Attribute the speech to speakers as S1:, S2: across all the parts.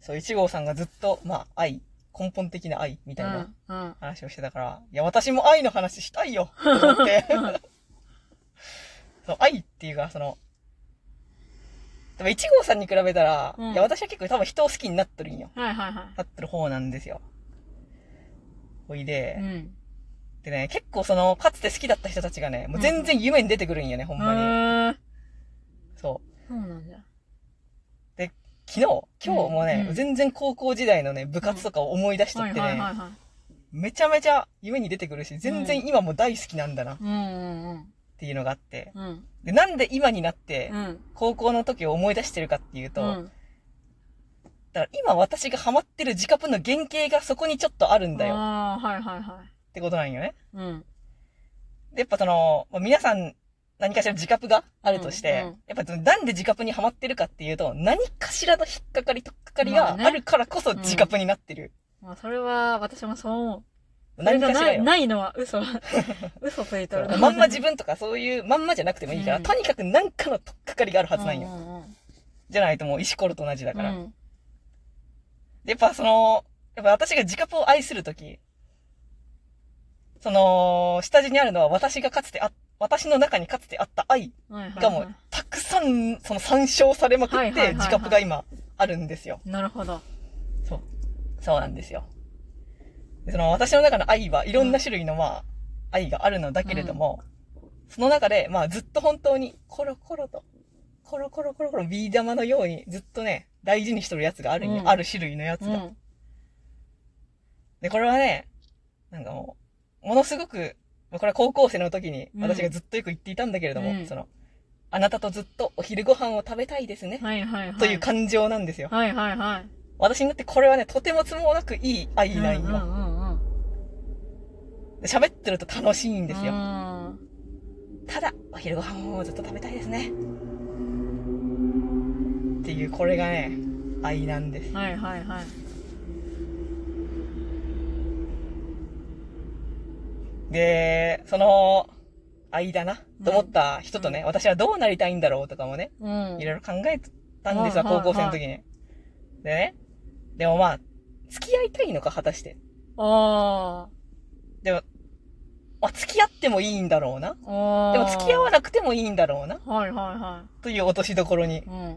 S1: そう、一号さんがずっと、まあ、愛、根本的な愛みたいな
S2: うん。うん。
S1: 話をしてたから、いや、私も愛の話したいよと思って。 そう、愛っていうか、その、でも1号さんに比べたら、
S2: うん
S1: いや、私は結構多分人を好きになってるんよ。
S2: はいはいは
S1: なってる方なんですよ。ほいで
S2: い。う、ん。
S1: でね、結構その、かつて好きだった人たちがね、もう全然夢に出てくるんよね、ほんまに。
S2: へー
S1: そう。
S2: そうなんだ。
S1: 昨日、今日もね、
S2: うん
S1: 全然高校時代のね、部活とかを思い出しとっ
S2: は
S1: てね、
S2: いはいはいはい。
S1: めちゃめちゃ夢に出てくるし、全然今も大好きなんだなっ
S2: うんうん
S1: ていうのがあって。
S2: うん。うん。
S1: で、なんで今になって
S2: う、ん。
S1: 高校の時を思い出してるかっていうと、
S2: うん
S1: だから今私がハマってる自カプの原型がそこにちょっとあるんだよ
S2: ああ、はいはいはい。
S1: ってことなんよね。
S2: うん。
S1: で、やっぱその、まあ皆さん何かしら自カプがあるとして、
S2: うんうん
S1: やっぱそのなんで自カプにハマってるかっていうと、何かしらの引っかかりとっかかり
S2: ま
S1: が
S2: あね
S1: あるからこそ自カプになってる。
S2: まあ、それは、私もそう思う。
S1: 何かし
S2: そ
S1: ら
S2: れがな
S1: よ。
S2: いないのは嘘。嘘ついと
S1: そう
S2: る。
S1: まんま自分とかそういうまんまじゃなくてもいいから、
S2: うん
S1: とにかく何かのとっかかりがあるはずなんよ。
S2: うんうんうん。
S1: じゃないともう石ころと同じだから。
S2: うん
S1: で、やっぱその、やっぱ私が自カプを愛するとき、その、下地にあるのは私がかつてあ、私の中にかつてあった愛
S2: はいはい
S1: がも
S2: は
S1: う、たくさん、その参照されまく
S2: はい
S1: っ
S2: はいはいは
S1: て、
S2: い
S1: 自カプが今、あるんですよ。
S2: い。なるほど。
S1: そう。そうなんですよ。でその、私の中の愛はいろんな種類の、まあ、愛があるのだけれども、その中で、まあ、ずっと本当に、コロコロと、コロコロコロコロ、ビー玉のように、ずっとね、大事にしとるやつがあるに、
S2: うん
S1: ある種類のやつ
S2: う
S1: が。
S2: ん。
S1: で、これはね、なんかもう、ものすごく、まあこれは高校生の時に
S2: うん
S1: 私がずっとよく言っていたんだけれども、
S2: うん
S1: その、あなたとずっとお昼ご飯を食べたいですね、
S2: はいはいはい。
S1: という感情なんですよ。
S2: はいはいはい。
S1: 私にとってこれはね、とてもつもなくいい愛なん
S2: うん
S1: よ。
S2: うんうんうん。
S1: で喋ってると楽しいんです
S2: う
S1: よ。
S2: ん
S1: ただ、お昼ご飯をずっと食べたいですね。っていう、これがね、愛なんです。
S2: はいはいはい。
S1: で、その、愛だな、と思った人とね、私はどうなりたいんだろうとかもね、
S2: うん。
S1: いろいろ考えたんですわ、
S2: はいはい
S1: 高校生の時に。でね。でもまあ、付き合いたいのか、果たして。
S2: あ
S1: でも、まあ、付き合ってもいいんだろうな。
S2: あ。ああ。
S1: でも付き合わなくてもいいんだろうな。
S2: はいはいは
S1: という落としどころに
S2: い。うん。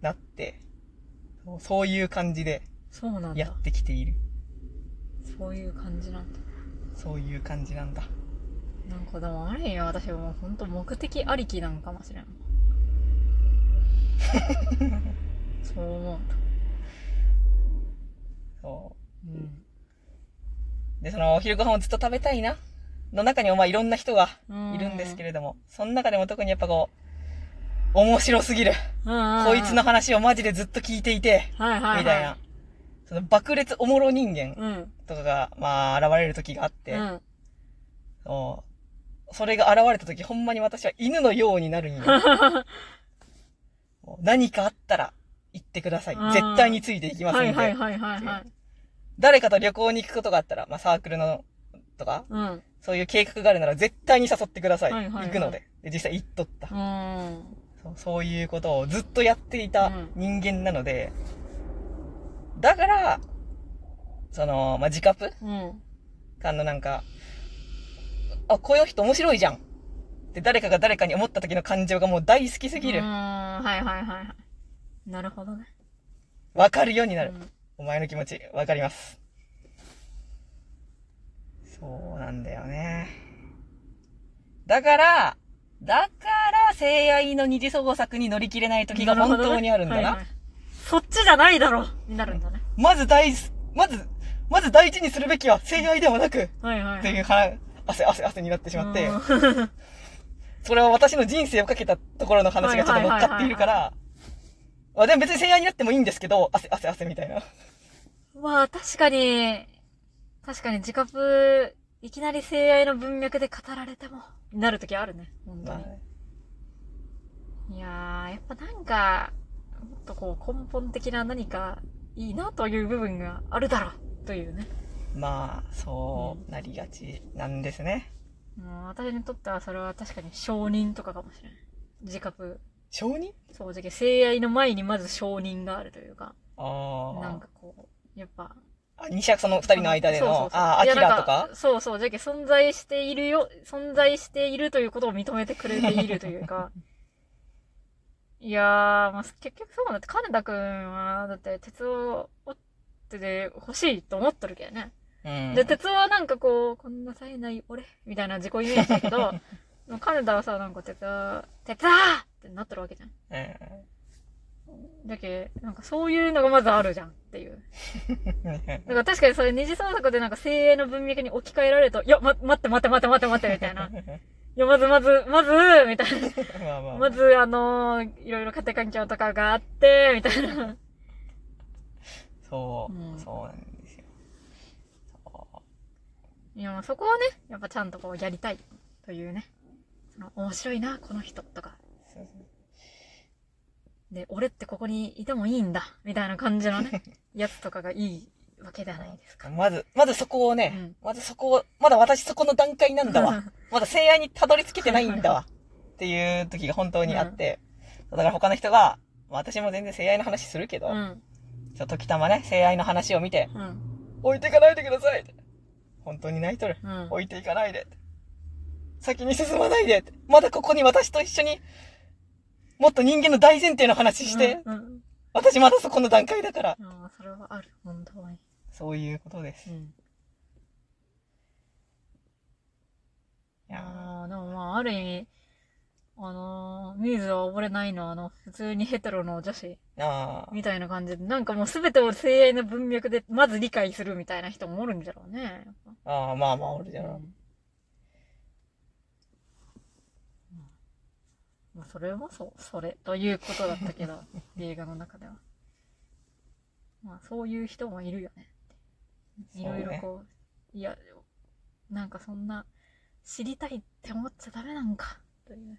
S1: なって、そうそういう感じで
S2: そうなん
S1: や
S2: だ。
S1: ってきている。
S2: そういう感じなんだ。
S1: そういう感じなんだ。
S2: なんかでもあれよ、私はもうほんと目的ありきなんかも しれん。そう思うと。
S1: そ
S2: うん。
S1: う。で、その、お昼ご飯をずっと食べたいな。の中にもまあいろんな人が
S2: うん
S1: いるんですけれども、その中でも特にやっぱこう、面白すぎる。
S2: うんうん
S1: こいつの。話をマジでずっと聞いていて、
S2: はいはい、はい。
S1: みたいな。。その爆裂おもろ人間
S2: うん。
S1: とかが、まあ、現れる時があ って、
S2: うん。
S1: もうそれが現れた時、ほんまに私は犬のようになるんよ。もう何かあったら言ってください
S2: うん。
S1: 絶対についていきますん
S2: は
S1: で、
S2: いはいはいはいはい。
S1: 誰かと旅行に行くことがあったら、まあ、サークルの、とか、
S2: うん。
S1: そういう計画があるなら絶対に誘ってください。
S2: はいはいはい
S1: 行くのでで。実際行っとった、
S2: うん。
S1: そう。そういうことをずっとやっていた人間なので、だから、その、まあ、自カプ
S2: うん。
S1: あのなんか、あ、こういう人面白いじゃんって誰かが誰かに思った時の感情がもう大好きすぎ
S2: う
S1: る
S2: ん。。はいはいはいはい。なるほどね。
S1: わかるようになる。
S2: うん
S1: お前の気持ち、わかります。そうなんだよね。だから、だから、性愛の二次創作に乗り切れない時が本当にあるんだな。
S2: はいはいそっちじゃないだろになるんだね。
S1: まず大事、まず、まず大事にするべきは性愛ではなく、
S2: はいはい。
S1: っていうは、汗、汗、汗になってしまって
S2: うん。
S1: それは私の人生をかけたところの話がちょっと乗っかっているから、まあでも別に性愛になってもいいんですけど、汗、汗、汗みたいな。
S2: まあ、確かに、確かに自覚、いきなり性愛の文脈で語られても、なるときあるね。本当
S1: まあ
S2: に。いやー、やっぱなんか、もっとこう根本的な何かいいなという部分があるだろう、というね。
S1: まあ、そうなりがちなんですね。
S2: もう私にとってはそれは確かに承認とかかもしれない。自覚。
S1: 承認
S2: そう、じゃ性愛の前にまず承認があるというか。な
S1: あ
S2: んかこう、やっぱ。
S1: あ。あ、西役その二人の間で
S2: そうそう
S1: の、
S2: そう
S1: ああ、ア
S2: いや
S1: キラ
S2: なん
S1: とか
S2: そうそう、じゃけ存在しているよ、存在しているということを認めてくれているというか。 いやー、まあ、結局そうなんだって、金田くんは、だって、鉄を追ってで欲しいと思っとるけどね。
S1: うん。
S2: で、鉄はなんかこう、こんな冴えない俺、みたいな自己イメージだけど、 でも金田はさ、なんか鉄は、鉄だーってなっとるわけじゃん。だけなんかそういうのがまずあるじゃんっていう。 だから確かにそれ二次創作でなんか精鋭の文脈に置き換えられると、いや、ま、待って待って待って待って待ってみ たいな。いや、まずまず、まず、みたい
S1: まあまあ
S2: な。
S1: あ
S2: まず、あのーいろいろ家庭環境とかがあって、みたいな。
S1: そう、
S2: うん
S1: そうなんですよ。そ
S2: いや、まあそこはね、やっぱちゃんとこうやりたいというね。その、面白いな、この人とか。
S1: うそうそう
S2: で、俺ってここにいてもいいんだ、みたいな感じの ね、やつとかがいいわけではないですか。
S1: まず、まずそこをね、
S2: うん。
S1: まずそこを、まだ私そこの段階なんだわ。まだ性愛にたどり着けてないんだわ。っていう時が本当にあって、だから他の人が、まあ私も全然性愛の話するけど、
S2: うん。
S1: ちょっと時たまね、性愛の話を見て、
S2: うん。
S1: 置いていかないでくださいって本当に泣いとる。
S2: うん。
S1: 置いていかないでって先に進まないでってまだここに私と一緒に、もっと人間の大前提の話して、
S2: うん。うん
S1: 私まだそこの段階だから。
S2: ああ、それはある、本当に。
S1: そういうことです。
S2: う
S1: い
S2: ん。
S1: やー
S2: ああ、でもまあ、ある意味、あのーミューズは溺れないのは、あの、普通にヘテロの女子
S1: あー
S2: みたいな感じで、なんかもうすべてを性愛の文脈で、まず理解するみたいな人もおるんじゃろうね。やっぱ
S1: あー、まあまあ、俺じゃ
S2: うんまあ、それもそう、それということだったけど、映画の中では。まあ、そういう人もいるよね。いろいろこう、いや、なんかそんな、知りたいって思っちゃダメなんか、という。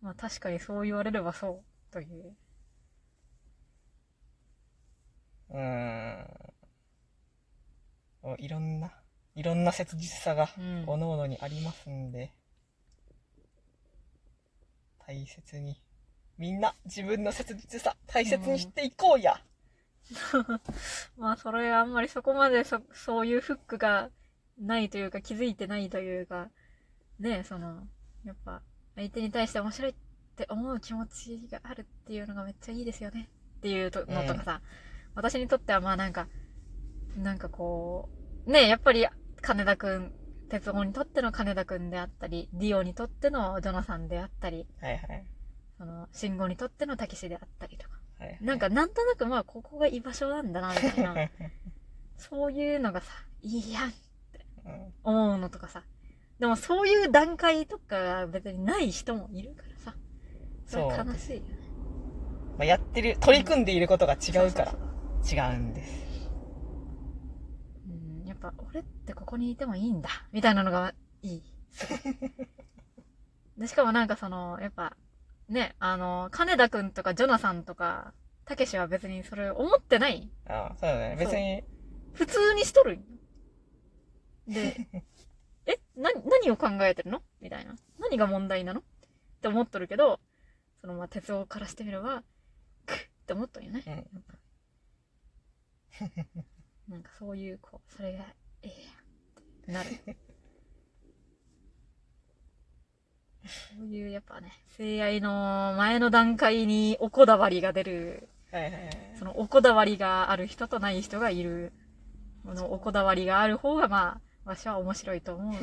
S2: まあ、確かにそう言われればそう、という。
S1: うーん。いろんな、いろんな切実さが、
S2: うん。
S1: 各々にありますんで、大切に、みんな自分の切実さ、大切にしていこうや。
S2: まあ、それあんまりそこまでそ、そういうフックがないというか、気づいてないというか、ね、その、やっぱ、相手に対して面白いって思う気持ちがあるっていうのがめっちゃいいですよね。っていうとのとかさ、私にとってはまあなんか、なんかこう、ね、やっぱり、金田くん、鉄棒にとっての金田くんであったり、ディオにとってのジョナさんであったり、
S1: はいはい。
S2: その、信号にとってのたけしであったりとか。
S1: はいはい
S2: なんか、なんとなくまあ、ここが居場所なんだな、みた いな。そういうのがさ、いいやん、
S1: うん
S2: 思うのとかさ。でもそういう段階とかが別にない人もいるからさ。それは
S1: そう
S2: 悲しいよね。
S1: まあ、やってる、取り組んでいることが違うか
S2: そそ
S1: ら、違うんです。
S2: そううん、やっぱ俺ってここにいてもいいんだ、みたいなのがいい。すごいでしかもなんかその、やっぱ、ね、あの、金田くんとかジョナさんとか、たけしは別にそれ思ってない
S1: ああ、そうだね。別に、
S2: 普通にしとるんよで、え、な、何を考えてるのみたいな。何が問題なのって思っとるけど、そのまあ、哲夫からしてみれば、くっって思っとるよね。
S1: うん
S2: やっぱなんかそういう、こう、それが、ええやんって なる。そういう、やっぱね、性愛の前の段階におこだわりが出る
S1: はいはいはい。
S2: そのおこだわりがある人とない人がいる。このおこだわりがある方が、まあ、わしは面白いと思う。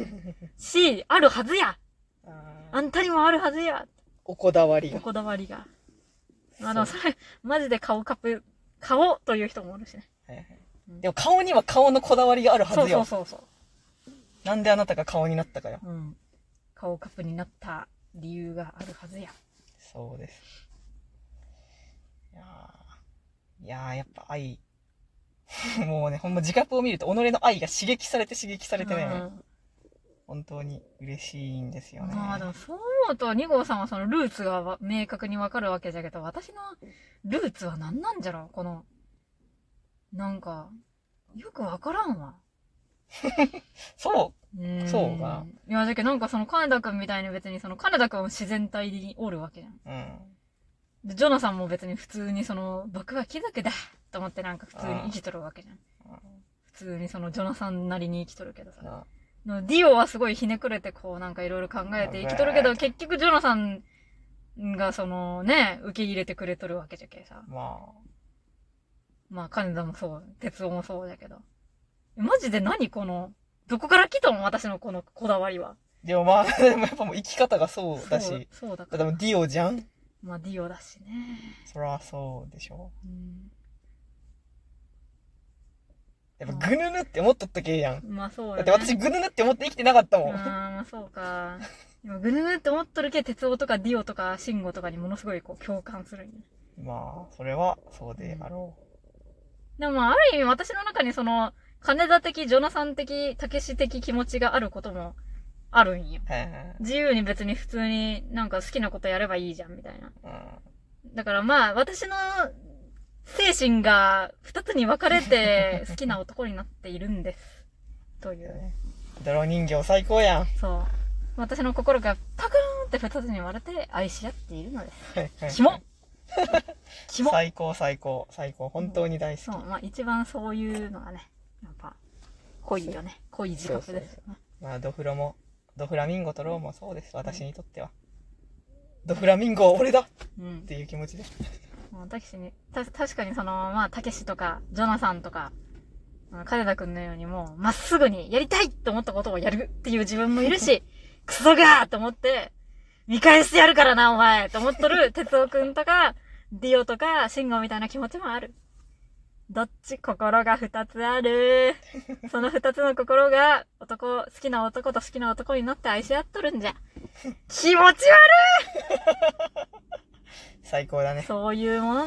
S2: し、あるはずやあ
S1: あ
S2: んたにもあるはずや
S1: おこだわり
S2: お
S1: が。
S2: こだわりが。まあでもそれ、マジで顔カップ、顔という人もおるしね。
S1: はいはい
S2: うん
S1: でも顔には顔のこだわりがあるはず
S2: そ
S1: よ。
S2: うそうそうそ
S1: なんであなたが顔になったかよ。
S2: う。うん。顔カップになった理由があるはずや。
S1: そうです。いやー、いやーやっぱ愛。 もうね、ほんま自覚を見ると、己の愛が刺激されて刺激されてね、
S2: うん
S1: 本当に嬉しいんですよね。
S2: まあでもそう思うと、二号さんはそのルーツがわ明確にわかるわけじゃけど、私のルーツは何なんじゃろうこの、なんか、よくわからんわ。
S1: そう
S2: ーん
S1: そうか。
S2: いや、だけどなんかその金田くんみたいに別にその金田くんは自然体におるわけじゃん。
S1: う。うん。
S2: でジョナさんも別に普通にその、僕は貴族だと思ってなんか普通に
S1: あー
S2: 生きとるわけじゃん。普通にそのジョナさんなりに生きとるけどさ。
S1: な
S2: のディオはすごいひねくれてこうなんかいろいろ考えて生きとるけ
S1: やべ
S2: ど、結局ジョナさんがそのね、受け入れてくれとるわけじゃけさ。
S1: ま
S2: まあ金田もそう、哲夫もそうだけど。マジで何この、どこから来たの私のこのこだわりは。
S1: あ。でもまあ、 でもやっぱもう生き方がそうだ
S2: そう
S1: し。
S2: そう
S1: だ
S2: だか
S1: って
S2: ら
S1: もう。ディオじゃん
S2: まあディオだしね。
S1: そらそうでしょ。
S2: うん
S1: やっぱグヌヌって思っとったけえやん。
S2: まあそう
S1: だ
S2: よ、ね。
S1: って私グヌヌって思って生きてなかったもん。
S2: あーまあそうか。今、ぐるぐるって思っとるけ、鉄夫とかディオとかシンゴとかにものすごいこう共感するんよ
S1: まあ、それはそうであろ
S2: でもまあ、ある意味私の中にその、金田的、ジョナサン的、たけし的気持ちがあることもあるんよ。
S1: う。へ
S2: 自由に別に普通になんか好きなことやればいいじゃん、みたいな。
S1: えうん。
S2: だからまあ、私の精神が二つに分かれて好きな男になっているんです。という。
S1: 泥人形最高やん。
S2: そう。私の心がパクーンって二つに割れて愛し合っているのです。
S1: はいはい
S2: キ モキモ
S1: 最高最高最高。本当に大好き。
S2: そう、まあ一番そういうのがね、やっぱ、濃いよね。濃い自覚ですよね。
S1: まあ、ドフロも、ドフラミンゴとローもそうです。私にとっては。ドフラミンゴは俺だっ
S2: うん。
S1: ていう気持ちです。
S2: もう私に、た、確かにその、まあ、たけしとか、ジョナサンとか、あの金田くんのようにもう、まっすぐにやりたいって思ったことをやるっていう自分もいるし、クソがーと思って、見返してやるからな、お前と思っとる、哲夫くんとか、ディオとか、シンゴみたいな気持ちもある。どっち心が二つある。その二つの心が、男、好きな男と好きな男になって愛し合っとるんじゃ。気持ち悪
S1: 最高だ
S2: い
S1: ね。
S2: そういうものだ。